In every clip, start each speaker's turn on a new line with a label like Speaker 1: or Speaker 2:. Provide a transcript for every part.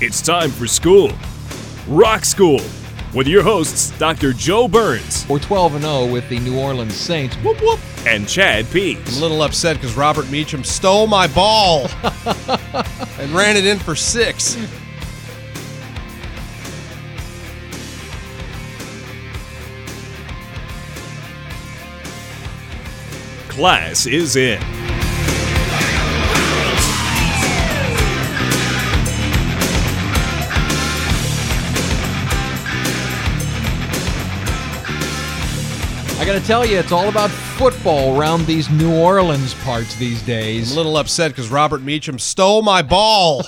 Speaker 1: It's time for school. Rock School with your hosts, Dr. Joe Burns
Speaker 2: We're 12 and 0 with the New Orleans Saints. Whoop, whoop.
Speaker 1: and Chad
Speaker 3: I'm a
Speaker 1: Pease.
Speaker 3: little upset because Robert Meacham stole my ball and ran it in for six.
Speaker 1: Class is in.
Speaker 2: I got to tell you, it's all about football around these New Orleans parts these
Speaker 3: I'm
Speaker 2: days.
Speaker 3: a little upset because Robert Meacham stole my ball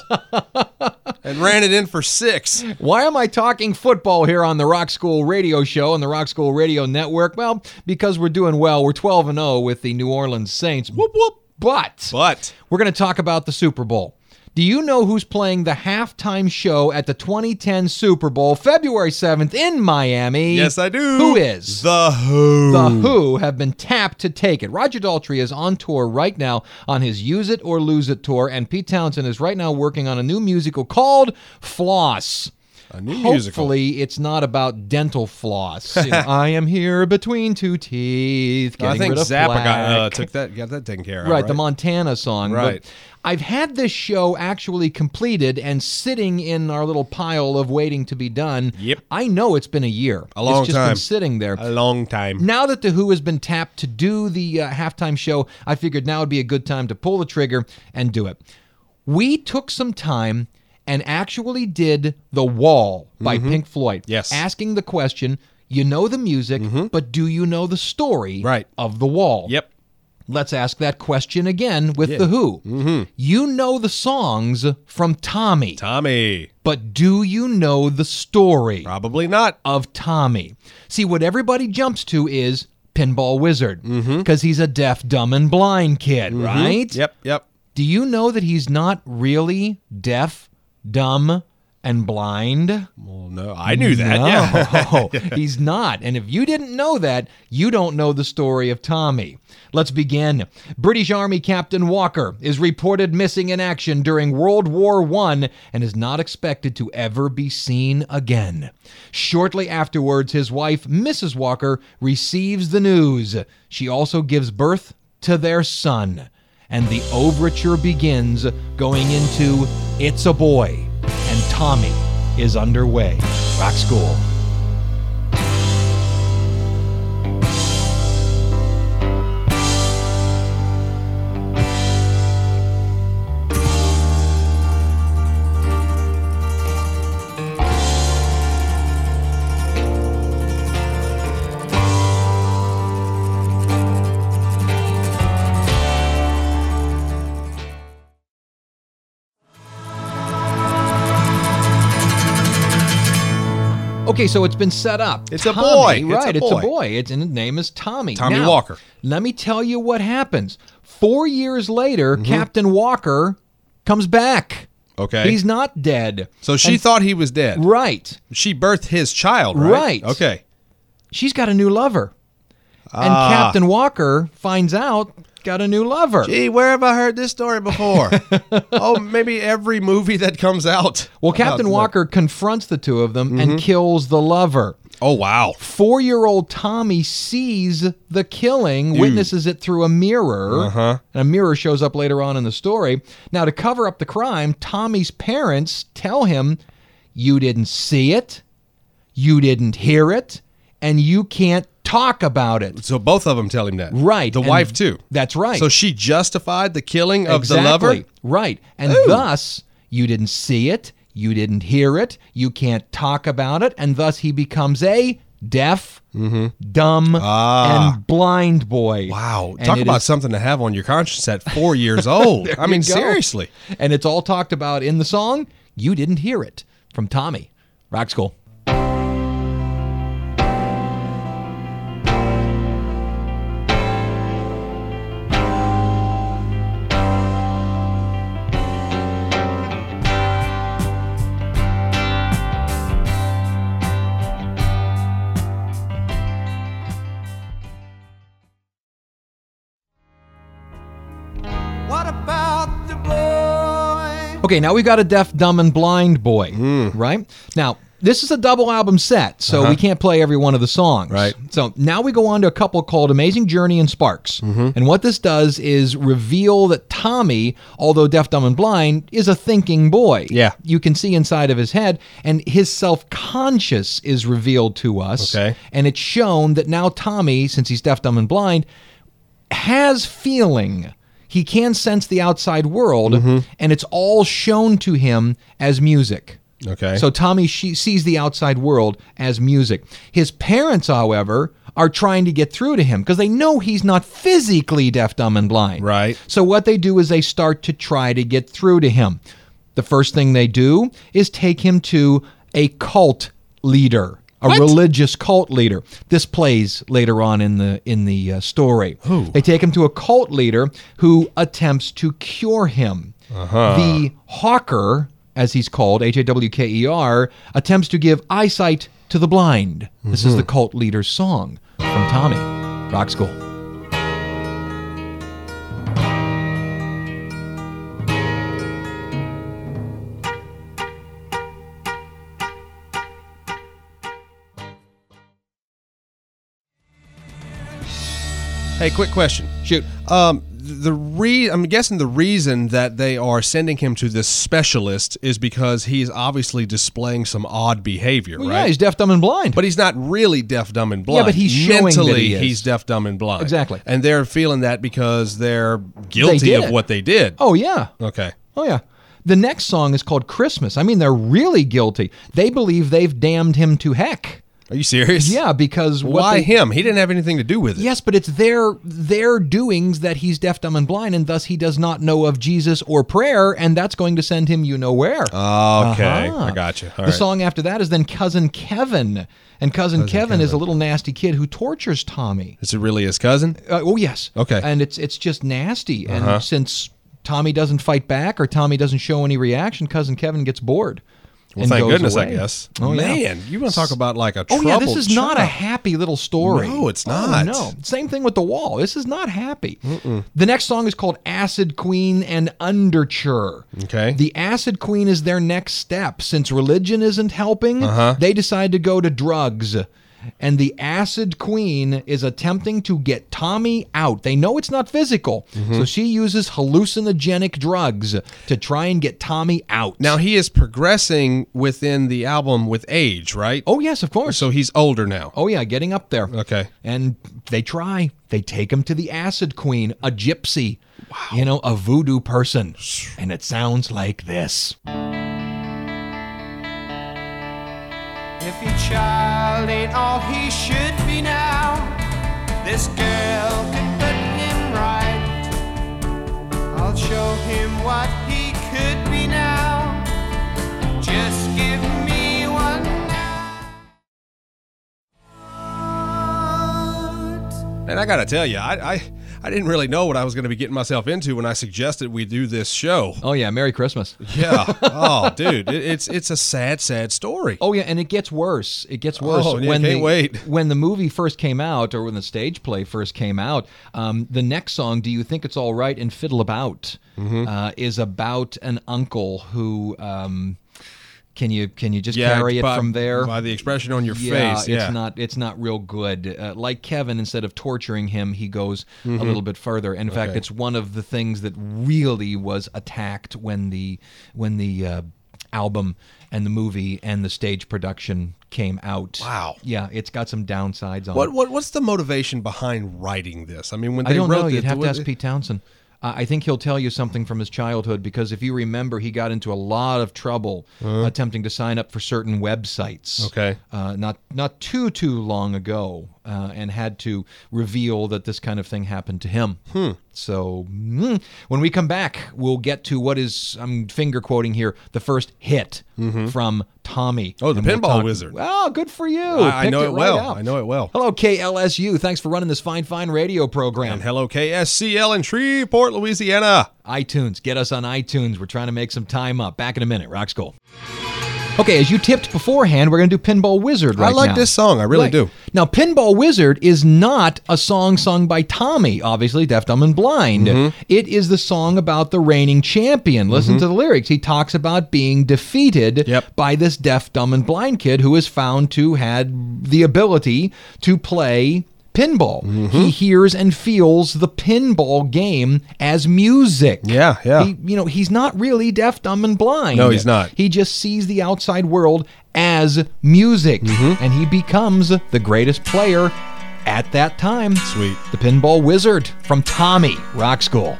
Speaker 3: and ran it in for six.
Speaker 2: Why am I talking football here on the Rock School Radio Show and the Rock School Radio Network? Well, because we're doing well. We're 12 and 0 with the New Orleans Saints. Whoop whoop. But,
Speaker 3: But
Speaker 2: we're going to talk about the Super Bowl. Do you know who's playing the halftime show at the 2010 Super Bowl, February 7th in Miami?
Speaker 3: yes, I do.
Speaker 2: Who is?
Speaker 3: the Who?
Speaker 2: The Who have been tapped to take it. Roger Daltrey is on tour right now on his Use It or Lose It tour, and Pete Townsend is right now working on a new musical called Floss.
Speaker 3: A new musical.
Speaker 2: Hopefully, it's not about dental floss. You know, I am here between two teeth.
Speaker 3: I
Speaker 2: getting
Speaker 3: think
Speaker 2: rid of
Speaker 3: Zappa got, uh,
Speaker 2: plaque.
Speaker 3: took that got that taken care of.
Speaker 2: right, the Montana song. but
Speaker 3: Right.
Speaker 2: I've had this show actually completed and sitting in our little pile of waiting to be done.
Speaker 3: Yep.
Speaker 2: I know it's been a year.
Speaker 3: A long
Speaker 2: It's just been
Speaker 3: time. Uh,
Speaker 2: sitting there.
Speaker 3: a long time.
Speaker 2: Now that The Who has been tapped to do the uh, halftime show, I figured now would be a good time to pull the trigger and do it. We took some time and actually did The Wall by Pink Floyd.
Speaker 3: Mm-hmm. Yes. Mm-hmm.
Speaker 2: Asking the question, you know the music, but do you know the story
Speaker 3: Right.
Speaker 2: of The Wall?
Speaker 3: Yep.
Speaker 2: Let's ask that question again with The Who.
Speaker 3: Mm-hmm.
Speaker 2: You know the songs from Tommy,
Speaker 3: Tommy,
Speaker 2: but do you know the story?
Speaker 3: probably not.
Speaker 2: of Tommy. See, what everybody jumps to is Pinball Wizard because he's a deaf, dumb, and blind kid, right?
Speaker 3: Mm-hmm. Yep, yep.
Speaker 2: Do you know that he's not really deaf, dumb, and blind?
Speaker 3: Well, no, I knew that.
Speaker 2: No,
Speaker 3: Yeah.
Speaker 2: he's not. And if you didn't know that, you don't know the story of Tommy. Let's begin. British Army Captain Walker is reported missing in action during World War I and is not expected to ever be seen again. Shortly afterwards, his wife, Mrs. Walker, receives the news. She also gives birth to their son. And the overture begins going into It's a Boy, and Tommy is underway. Rock School. Okay, so it's been set up.
Speaker 3: It's a
Speaker 2: Tommy,
Speaker 3: boy. It's a
Speaker 2: right? It's a boy.
Speaker 3: boy.
Speaker 2: It's and his name is Tommy.
Speaker 3: Tommy
Speaker 2: Now,
Speaker 3: Walker.
Speaker 2: Let me tell you what happens. Four years later,
Speaker 3: Mm-hmm.
Speaker 2: Captain Walker comes back.
Speaker 3: Okay.
Speaker 2: He's not dead.
Speaker 3: so she
Speaker 2: And-
Speaker 3: thought he was dead.
Speaker 2: right.
Speaker 3: She birthed his child,
Speaker 2: Right.
Speaker 3: right? Okay.
Speaker 2: She's got a new lover, and
Speaker 3: Ah.
Speaker 2: Captain Walker finds out got a new lover.
Speaker 3: Gee, where have I heard this story before? oh, maybe every movie that comes out.
Speaker 2: Well, Captain
Speaker 3: about-
Speaker 2: Walker confronts the two of them
Speaker 3: Mm-hmm.
Speaker 2: and kills the lover.
Speaker 3: Oh wow.
Speaker 2: Four year old Tommy sees the killing, witnesses it through a mirror. Uh-huh. And a mirror shows up later on in the story. Now, to cover up the crime, Tommy's parents tell him, You didn't see it, you didn't hear it, and you can't talk about it.
Speaker 3: So both of them tell him that.
Speaker 2: Right,
Speaker 3: The
Speaker 2: and
Speaker 3: wife too.
Speaker 2: that's right.
Speaker 3: So she justified the killing of
Speaker 2: exactly.
Speaker 3: the lover.
Speaker 2: Right. And thus, you didn't see it, you didn't hear it, you can't talk about it, and thus he becomes a deaf, dumb, and blind boy.
Speaker 3: Mm-hmm. Ah. Wow.
Speaker 2: And
Speaker 3: Talk
Speaker 2: it
Speaker 3: about
Speaker 2: is-
Speaker 3: something to have on your conscience at four years old. I mean,
Speaker 2: you go.
Speaker 3: seriously.
Speaker 2: And it's all talked about in the song. You didn't hear it from Tommy. Rock School.
Speaker 4: What about the boy?
Speaker 2: Okay, now we've got a deaf, dumb, and blind boy,
Speaker 3: Hmm.
Speaker 2: right? Now, this is a double album set, so we can't play every one of the songs.
Speaker 3: Uh-huh. Right.
Speaker 2: So now we go on to a couple called Amazing Journey and Sparks.
Speaker 3: Mm-hmm.
Speaker 2: And what this does is reveal that Tommy, although deaf, dumb, and blind, is a thinking boy.
Speaker 3: Yeah.
Speaker 2: You can see inside of his head, and his self conscious is revealed to us.
Speaker 3: Okay.
Speaker 2: And it's shown that now Tommy, since he's deaf, dumb, and blind, has feeling. He can sense the outside world, and it's all shown to him as music.
Speaker 3: Okay.
Speaker 2: So Tommy she sees the outside world as music. His parents, however, are trying to get through to him because they know he's not physically deaf, dumb, and blind.
Speaker 3: Right.
Speaker 2: So what they do is they start to try to get through to him. The first thing they do is take him to a cult leader, a religious cult leader. This plays later on in the in the uh, story. They take him to a cult leader who attempts to cure him.
Speaker 3: Uh-huh.
Speaker 2: The hawker, as he's called, H A W K E R, attempts to give eyesight to the blind. This
Speaker 3: Mm-hmm.
Speaker 2: is the cult leader's song from Tommy Rock School.
Speaker 3: Hey, quick question.
Speaker 2: Shoot.
Speaker 3: Um, the re I'm guessing the reason that they are sending him to this specialist is because he's obviously displaying some odd behavior,
Speaker 2: Well,
Speaker 3: right?
Speaker 2: Yeah, he's deaf, dumb, and blind.
Speaker 3: but he's not really deaf, dumb, and blind.
Speaker 2: but he's showing that
Speaker 3: mentally
Speaker 2: he is.
Speaker 3: he's deaf, dumb, and blind.
Speaker 2: Exactly.
Speaker 3: And they're feeling that because they're guilty
Speaker 2: did
Speaker 3: of
Speaker 2: it.
Speaker 3: what they did.
Speaker 2: oh yeah.
Speaker 3: Okay.
Speaker 2: Oh, yeah. The next song is called Christmas. I mean, they're really guilty. They believe they've damned him to heck.
Speaker 3: Are you serious?
Speaker 2: Yeah, because what
Speaker 3: Why
Speaker 2: they-
Speaker 3: him? He didn't have anything to do with it.
Speaker 2: Yes, but it's their their doings that he's deaf, dumb, and blind, and thus he does not know of Jesus or prayer, and that's going to send him you know where.
Speaker 3: Okay.
Speaker 2: Ah.
Speaker 3: I got you. All
Speaker 2: the
Speaker 3: right.
Speaker 2: song after that is then Cousin Kevin, and Cousin, Kevin, is a little nasty kid who tortures Tommy.
Speaker 3: Is it really his cousin?
Speaker 2: Uh, oh yes.
Speaker 3: Okay. Uh-huh.
Speaker 2: And it's it's just nasty, and since Tommy doesn't fight back or Tommy doesn't show any reaction, cousin Kevin gets bored.
Speaker 3: Well,
Speaker 2: and
Speaker 3: thank
Speaker 2: goes
Speaker 3: goodness, I
Speaker 2: away.
Speaker 3: guess.
Speaker 2: Oh yeah.
Speaker 3: Man, you want to talk about like a
Speaker 2: Oh
Speaker 3: troubled
Speaker 2: yeah, this is not a
Speaker 3: child.
Speaker 2: happy little story.
Speaker 3: No, it's
Speaker 2: Oh,
Speaker 3: not.
Speaker 2: no, same thing with the wall. This is not happy. The next song is called "Acid Queen and Underture."
Speaker 3: Okay.
Speaker 2: The acid queen is their next step. Since religion isn't helping,
Speaker 3: Uh-huh.
Speaker 2: they decide to go to drugs. And the acid queen is attempting to get Tommy out. They know it's not physical.
Speaker 3: Mm-hmm.
Speaker 2: So she uses hallucinogenic drugs to try and get Tommy out.
Speaker 3: Now he is progressing within the album with age, right?
Speaker 2: oh, yes, of course.
Speaker 3: so he's older now.
Speaker 2: Oh, yeah, getting up there.
Speaker 3: Okay.
Speaker 2: And they try. They take him to the acid queen, a gypsy, you know, a voodoo person. And it sounds like this.
Speaker 4: If your child ain't all he should be now, this girl could put him right. I'll show him what he could be now. Just give me one night.
Speaker 3: And I gotta tell you, I, I I didn't really know what I was gonna be getting myself into when I suggested we do this show.
Speaker 2: Oh, yeah, Merry Christmas.
Speaker 3: Yeah. oh, dude, it, it's it's a sad, sad story.
Speaker 2: Oh yeah, and it gets worse. It gets worse.
Speaker 3: Oh, yeah,
Speaker 2: the,
Speaker 3: can't wait.
Speaker 2: When the movie first came out, or when the stage play first came out, um, the next song, "Do You Think It's All Right?" and "Fiddle About,"
Speaker 3: Mm-hmm.
Speaker 2: uh, is about an uncle who. Um, can you can you just carry it
Speaker 3: by-
Speaker 2: from there?
Speaker 3: by the expression on your
Speaker 2: yeah,
Speaker 3: face. Yeah.
Speaker 2: it's not it's not real good. Uh, like Kevin, instead of torturing him, he goes
Speaker 3: Mm-hmm.
Speaker 2: a little bit further. In fact, it's one of the things that really was attacked when the when the uh, album and the movie and the stage production came out.
Speaker 3: Wow.
Speaker 2: Yeah, it's got some downsides on
Speaker 3: What,
Speaker 2: it.
Speaker 3: what what's the motivation behind writing this? I mean, when they
Speaker 2: I don't
Speaker 3: wrote
Speaker 2: know.
Speaker 3: it,
Speaker 2: You'd have to
Speaker 3: what-
Speaker 2: ask Pete Townsend. Uh, I think he'll tell you something from his childhood because if you remember, he got into a lot of trouble attempting to sign up for certain websites.
Speaker 3: Uh-huh. Okay.
Speaker 2: Uh, not not too too long ago, uh, and had to reveal that this kind of thing happened to him.
Speaker 3: Hmm.
Speaker 2: So mm, when we come back, we'll get to what is I'm finger quoting here the first hit from Tommy.
Speaker 3: Mm-hmm. Oh, the
Speaker 2: And we'll
Speaker 3: Pinball
Speaker 2: talk-
Speaker 3: Wizard.
Speaker 2: Well, good for you.
Speaker 3: I- I
Speaker 2: Picked
Speaker 3: know it
Speaker 2: right
Speaker 3: well.
Speaker 2: up.
Speaker 3: I know it well.
Speaker 2: Hello, KLSU. Thanks for running this fine fine radio program.
Speaker 3: And hello, KSCL in Shreveport, Louisiana.
Speaker 2: iTunes. Get us on iTunes. We're trying to make some time up. Back in a minute. Rock School. Okay, as you tipped beforehand, we're going to do Pinball Wizard right
Speaker 3: I like
Speaker 2: now.
Speaker 3: this song. I really
Speaker 2: Right.
Speaker 3: do.
Speaker 2: Now, Pinball Wizard is not a song sung by Tommy, obviously, deaf, dumb, and blind.
Speaker 3: Mm-hmm.
Speaker 2: It is the song about the reigning champion. Listen to the lyrics. He talks about being defeated
Speaker 3: Yep.
Speaker 2: by this deaf, dumb, and blind kid who is found to had the ability to play pinball.
Speaker 3: Mm-hmm.
Speaker 2: He hears and feels the pinball game as music.
Speaker 3: Yeah, yeah.
Speaker 2: He, you know, he's not really deaf, dumb, and blind.
Speaker 3: No, he's not.
Speaker 2: He just sees the outside world as music, and he becomes the greatest player at that time.
Speaker 3: Sweet.
Speaker 2: The Pinball Wizard from Tommy Rock School.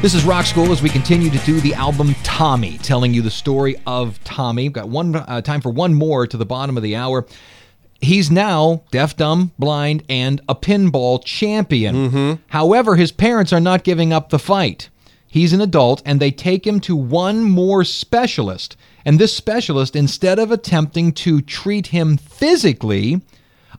Speaker 2: This is Rock School as we continue to do the album Tommy, telling you the story of Tommy. We've got one uh, time for one more to the bottom of the hour. He's now deaf, dumb, blind, and a pinball champion. However, his parents are not giving up the fight. He's an adult, and they take him to one more specialist. And this specialist, instead of attempting to treat him physically,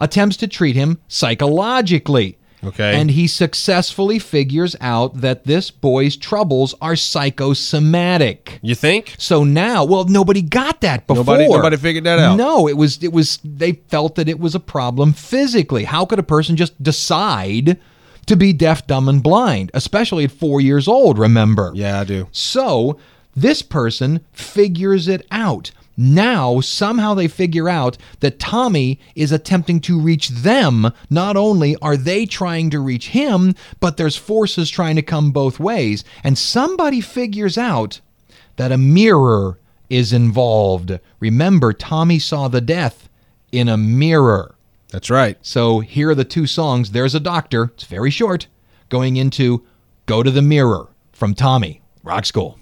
Speaker 2: attempts to treat him psychologically.
Speaker 3: Okay.
Speaker 2: And he successfully figures out that this boy's troubles are psychosomatic.
Speaker 3: You think?
Speaker 2: So now, well, nobody got that before.
Speaker 3: Nobody- nobody figured that out.
Speaker 2: No, it was it was they felt that it was a problem physically. How could a person just decide to be deaf, dumb, and blind, especially at four years old? Remember?
Speaker 3: Yeah, I do.
Speaker 2: So this person figures it out. Now, somehow they figure out that Tommy is attempting to reach them. Not only are they trying to reach him, but there's forces trying to come both ways. And somebody figures out that a mirror is involved. Remember, Tommy saw the death in a mirror.
Speaker 3: That's right.
Speaker 2: So here are the two songs. There's a Doctor, it's very short, going into Go to the Mirror from Tommy, Rock School.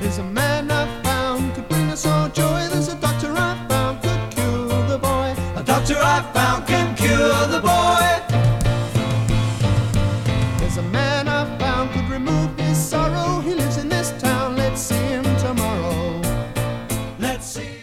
Speaker 4: There's a man I've found could bring us all joy. There's a doctor I've found could cure the boy. A doctor I've found can cure the boy. There's a man I've found could remove his sorrow. He lives in this town. Let's see him tomorrow. Let's see. him-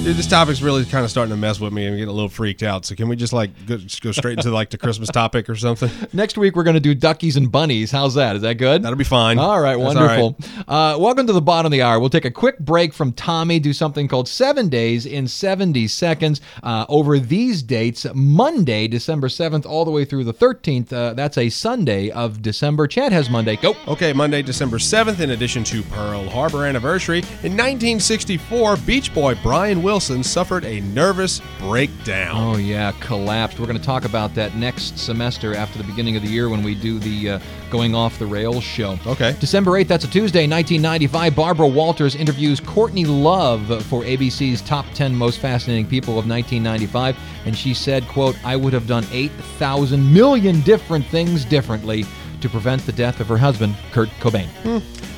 Speaker 3: Dude, this topic's really kind of starting to mess with me and get a little freaked out. So can we just like go, just go straight into like the Christmas topic or something?
Speaker 2: Next week, we're going to do Duckies and Bunnies. How's that? Is that good?
Speaker 3: That'll be fine.
Speaker 2: All right,
Speaker 3: That's
Speaker 2: wonderful. Uh, welcome to the bottom of the hour. We'll take a quick break from Tommy, do something called Seven Days in 70 Seconds. Uh, over these dates, Monday, December 7th, all the way through the 13th, uh, that's a Sunday of December. Chad has Monday. Go.
Speaker 3: Okay, Monday, December 7th, in addition to Pearl Harbor anniversary, in 1964, Beach Boy Brian Wilson suffered a nervous breakdown.
Speaker 2: Oh, yeah, collapsed. We're going to talk about that next semester after the beginning of the year when we do the uh, Going Off the Rails show.
Speaker 3: Okay.
Speaker 2: December 8th, that's a Tuesday, 1995. Barbara Walters interviews Courtney Love for ABC's Top 10 Most Fascinating People of 1995. And she said, quote, I would have done 8,000 million different things differently to prevent the death of her husband, Kurt Cobain.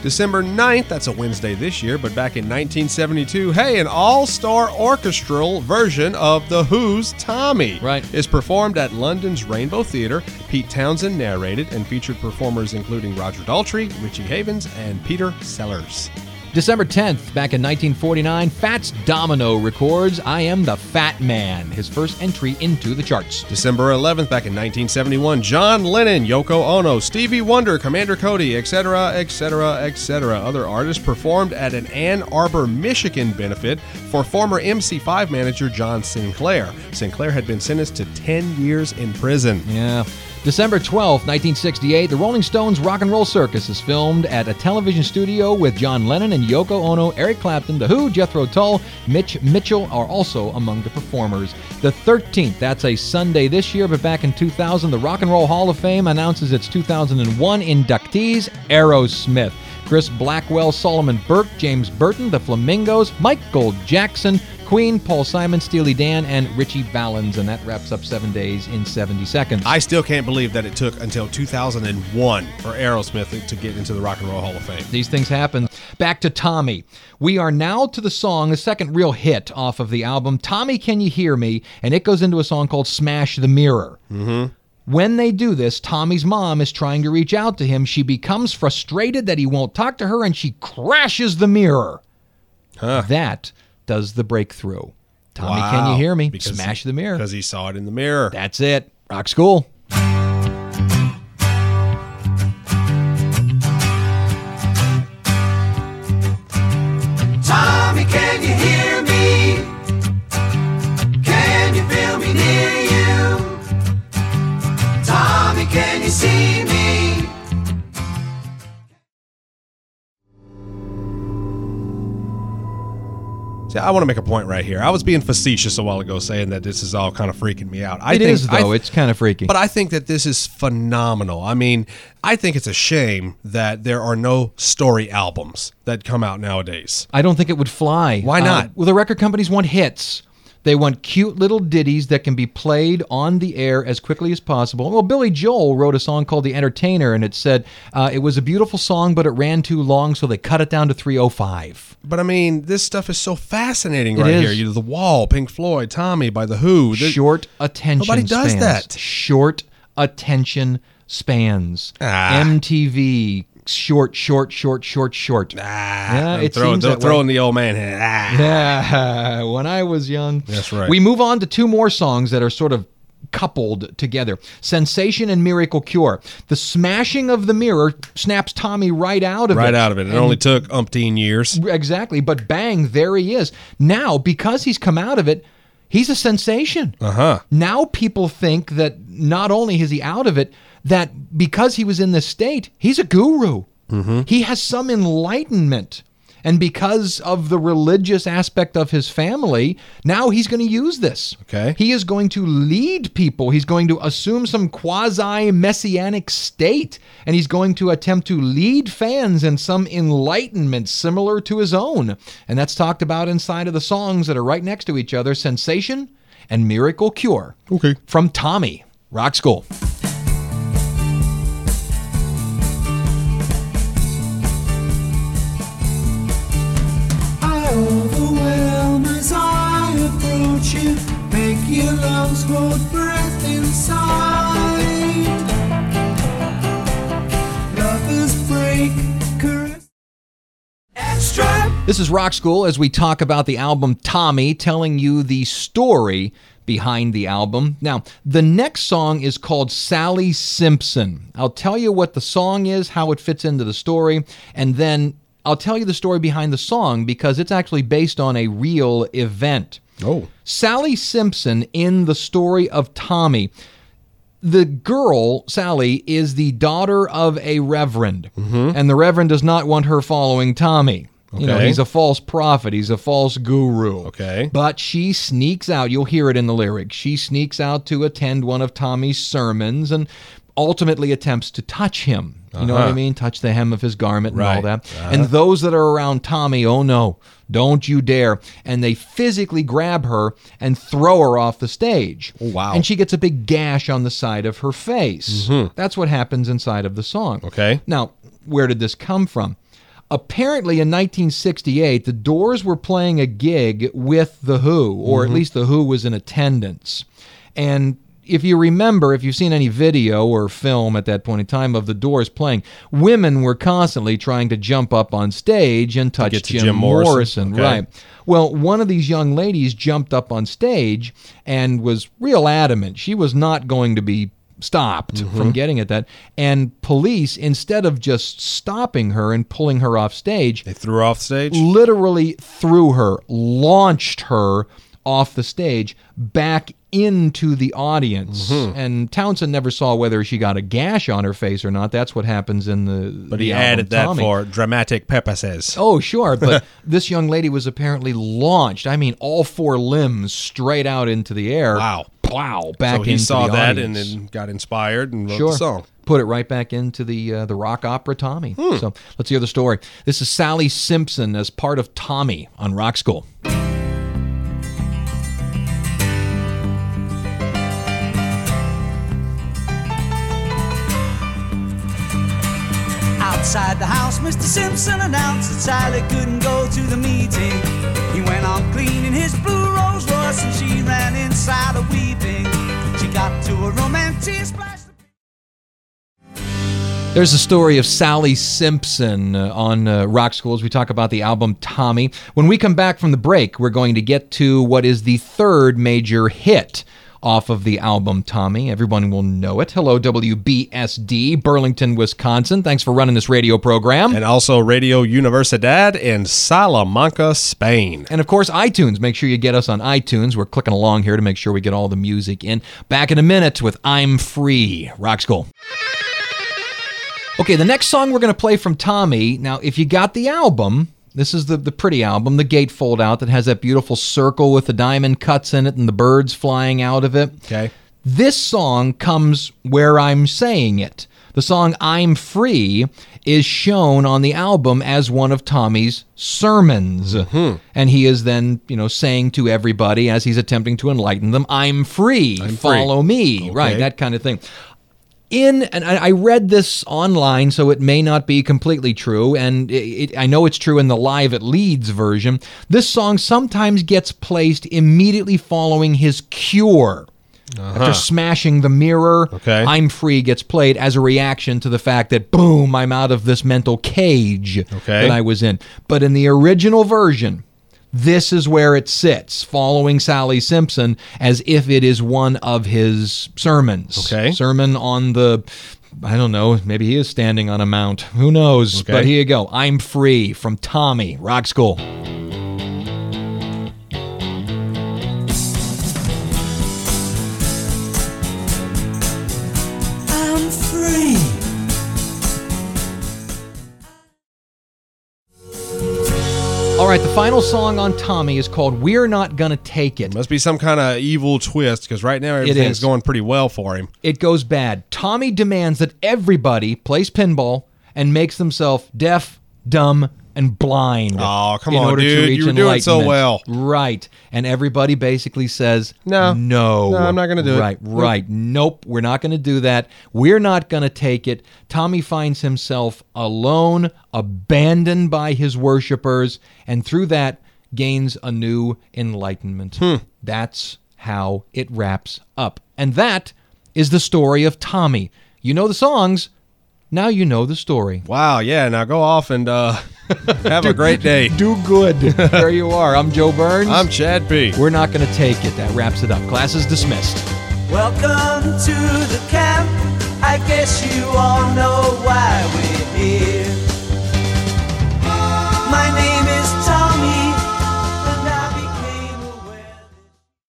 Speaker 3: December 9th, that's a Wednesday this year, but back in 1972, hey, an all star orchestral version of The Who's Tommy
Speaker 2: Right.
Speaker 3: is performed at London's Rainbow Theatre. Pete Townsend narrated and featured performers including Roger Daltrey, Richie Havens, and Peter Sellers.
Speaker 2: December 10th, back in 1949, Fats Domino records I Am the Fat Man, his first entry into the charts.
Speaker 3: December 11th, back in 1971, John Lennon, Yoko Ono, Stevie Wonder, Commander Cody, etc., etc., etc. Other artists performed at an Ann Arbor, Michigan benefit for former MC5 manager John Sinclair. Sinclair had been sentenced to 10 years in prison.
Speaker 2: Yeah. December 12th, 1968, the Rolling Stones Rock and Roll Circus is filmed at a television studio with John Lennon and Yoko Ono, Eric Clapton, The Who, Jethro Tull, Mitch Mitchell are also among the performers. The 13th, that's a Sunday this year, but back in 2000, the Rock and Roll Hall of Fame announces its 2001 inductees, Aerosmith. Chris Blackwell, Solomon Burke, James Burton, The Flamingos, Michael Jackson, Queen, Paul Simon, Steely Dan, and Richie Valens. And that wraps up seven days in 70 seconds.
Speaker 3: I still can't believe that it took until 2001 for Aerosmith to get into the Rock and Roll Hall of Fame.
Speaker 2: These things happen. Back to Tommy. We are now to the song, the second real hit off of the album, Tommy Can You Hear Me? And it goes into a song called Smash the Mirror.
Speaker 3: Mm-hmm.
Speaker 2: When they do this, Tommy's mom is trying to reach out to him. She becomes frustrated that he won't talk to her and she crashes the mirror. That does the breakthrough. Tommy, can you hear me?
Speaker 3: Because-
Speaker 2: Smash the mirror.
Speaker 3: Because he saw it in the mirror.
Speaker 2: That's it. Rock school.
Speaker 4: Tommy, can you hear me? Can you feel me near you? Tommy, can you see me?
Speaker 3: See, I want to make a point right here. I was being facetious a while ago saying that this is all kind of freaking me out. I
Speaker 2: It
Speaker 3: think,
Speaker 2: is
Speaker 3: I
Speaker 2: though.
Speaker 3: th-
Speaker 2: it's kind of freaky.
Speaker 3: But I think that this is phenomenal. I mean, I think it's a shame that there are no story albums that come out nowadays.
Speaker 2: I don't think it would fly. Um,
Speaker 3: Why not?
Speaker 2: well, the record companies want hits. They want cute little ditties that can be played on the air as quickly as possible. Well, Billy Joel wrote a song called "The Entertainer," and it said uh, it was a beautiful song, but it ran too long, so they cut it down to 305.
Speaker 3: But I mean, this stuff is so fascinating right
Speaker 2: is.
Speaker 3: here. You know, The Wall, Pink Floyd, Tommy by The Who. There-
Speaker 2: Short attention.
Speaker 3: Nobody does
Speaker 2: spans.
Speaker 3: that.
Speaker 2: Short attention spans.
Speaker 3: Ah.
Speaker 2: MTV. Short, short, short, short, short. yeah,
Speaker 3: I'm
Speaker 2: it
Speaker 3: throwing,
Speaker 2: seems
Speaker 3: they're
Speaker 2: that way.
Speaker 3: throwing Ah, the old man. in. Ah.
Speaker 2: Yeah, when I was young.
Speaker 3: That's right.
Speaker 2: We move on to two more songs that are sort of coupled together Sensation and Miracle Cure. The smashing of the mirror snaps Tommy right out of it.
Speaker 3: Right out of it. It only took umpteen years.
Speaker 2: Exactly, but bang, there he is. Now, because he's come out of it, he's a sensation. Uh
Speaker 3: Huh.
Speaker 2: Now people think that not only is he out of it, that because he was in this state, he's a guru. He has some enlightenment. And because of the religious aspect of his family, now he's going to use this.
Speaker 3: Okay.
Speaker 2: He is going to lead people. He's going to assume some quasi messianic state, and he's going to attempt to lead fans in some enlightenment similar to his own. And that's talked about inside of the songs that are right next to each other Sensation and Miracle Cure.
Speaker 3: Okay.
Speaker 2: From Tommy, Rock School.
Speaker 4: I overwhelm as I approach you, make your lungs hold breath inside. Lovers break, caress, extra.
Speaker 2: This is Rock School as we talk about the album Tommy, telling you the story behind the album. Now, the next song is called Sally Simpson. I'll tell you what the song is, how it fits into the story, and then I'll tell you the story behind the song because it's actually based on a real event.
Speaker 3: Oh.
Speaker 2: Sally Simpson in the story of Tommy. The girl, Sally, is the daughter of a reverend, and the reverend does not want her following Tommy. You know,
Speaker 3: Mm-hmm. Okay.
Speaker 2: he's a false prophet, he's a false guru.
Speaker 3: Okay.
Speaker 2: But she sneaks out, you'll hear it in the lyrics. She sneaks out to attend one of Tommy's sermons and ultimately attempts to touch him. You know what I mean? Touch the hem of his garment and all
Speaker 3: Uh-huh. Right.
Speaker 2: that. And those that are around Tommy, oh no, don't you dare. And they physically grab her and throw her off the stage.
Speaker 3: wow.
Speaker 2: And she gets a big gash on the side of her face. That's what happens inside of the song.
Speaker 3: Okay.
Speaker 2: Now, where did this come from? Apparently, in 1968, the Doors were playing a gig with The Who, or at least The Who was in attendance. And if you remember, if you've seen any video or film at that point in time of the Doors playing, women were constantly trying to jump up on stage and touch
Speaker 3: get to Jim Morrison. Okay.
Speaker 2: Right. Well, one of these young ladies jumped up on stage and was real adamant. She was not going to be stopped
Speaker 3: Mm-hmm.
Speaker 2: from getting at that. And police, instead of just stopping her and pulling her off stage,
Speaker 3: They threw her off stage.
Speaker 2: literally threw her, launched her off the stage back into the audience.
Speaker 3: Mm-hmm.
Speaker 2: And Townsend never saw whether she got a gash on her face or not. That's what happens in the.
Speaker 3: But he added that for dramatic purposes.
Speaker 2: Oh, sure. But this young lady was apparently launched. I mean, all four limbs straight out into the air.
Speaker 3: Wow.
Speaker 2: Wow. Back
Speaker 3: so Oh, he
Speaker 2: into
Speaker 3: saw
Speaker 2: the
Speaker 3: that and
Speaker 2: audience.
Speaker 3: then got inspired and wrote
Speaker 2: Sure.
Speaker 3: the song. Hmm.
Speaker 2: Put it right back into the uh, the rock opera Tommy. So let's hear the story. This is Sally Simpson as part of Tommy on Rock School.
Speaker 5: Outside the house, Mr. Simpson announced that Sally couldn't go to the meeting. He went on cleaning his blue Rolls Royce and she ran inside a weeping. She got to her room and tears splashed.
Speaker 2: There's the story of Sally Simpson uh, on uh, Rock School as we talk about the album Tommy. When we come back from the break, we're going to get to what is the third major hit off of the album Tommy. Everyone will know it. Hello, WBSD, Burlington, Wisconsin. Thanks for running this radio program.
Speaker 3: And also Radio Universidad in Salamanca, Spain.
Speaker 2: And of course, iTunes. Make sure you get us on iTunes. We're clicking along here to make sure we get all the music in. Back in a minute with I'm Free. Rock School. Okay, the next song we're going to play from Tommy. Now, if you got the album, this is the, the pretty album, the gatefold out that has that beautiful circle with the diamond cuts in it and the birds flying out of it.
Speaker 3: Okay.
Speaker 2: This song comes where I'm saying it. The song I'm Free is shown on the album as one of Tommy's sermons. And he is then, you know, saying to everybody as he's attempting to enlighten them, I'm free, follow me, right? That kind of thing in and I I read this online, so it may not be completely true, and it, it, I know it's true in the live at Leeds version. This song sometimes gets placed immediately following his cure. After smashing the mirror,
Speaker 3: Uh-huh. Okay.
Speaker 2: I'm free gets played as a reaction to the fact that boom, I'm out of this mental cage
Speaker 3: Okay.
Speaker 2: that I was in. But in the original version, this is where it sits, following Sally Simpson as if it is one of his sermons.
Speaker 3: Okay.
Speaker 2: Sermon on the, I don't know, maybe he is standing on a mount. Who knows?
Speaker 3: Okay.
Speaker 2: But here you go. I'm free from Tommy, Rock School.
Speaker 5: I'm free.
Speaker 2: All right, the final song on Tommy is called We're Not Gonna Take It.
Speaker 3: Must be some kind of evil twist because right now everything's
Speaker 2: is.
Speaker 3: going pretty well for him.
Speaker 2: it goes bad. Tommy demands that everybody plays pinball and makes themselves deaf, dumb, and blind.
Speaker 3: Aw, come
Speaker 2: in
Speaker 3: on,
Speaker 2: order to
Speaker 3: dude.
Speaker 2: reach
Speaker 3: You were doing so
Speaker 2: enlightenment.
Speaker 3: well.
Speaker 2: Right. And everybody basically says,
Speaker 3: No.
Speaker 2: No.
Speaker 3: No, I'm not gonna do it.
Speaker 2: Right, right. Nope, we're not going to do that. We're not going to take it. Tommy finds himself alone, abandoned by his worshipers, and through that gains a new enlightenment.
Speaker 3: Hmm.
Speaker 2: That's how it wraps up. And that is the story of Tommy. You know the songs, now you know the story.
Speaker 3: Wow, yeah. Now go off and uh, have a great day.
Speaker 2: Do good. there you are. I'm Joe Burns.
Speaker 3: I'm Chad P.
Speaker 2: we're not going to take it. That wraps it up. Class is dismissed.
Speaker 5: Welcome to the camp. I guess you all know why.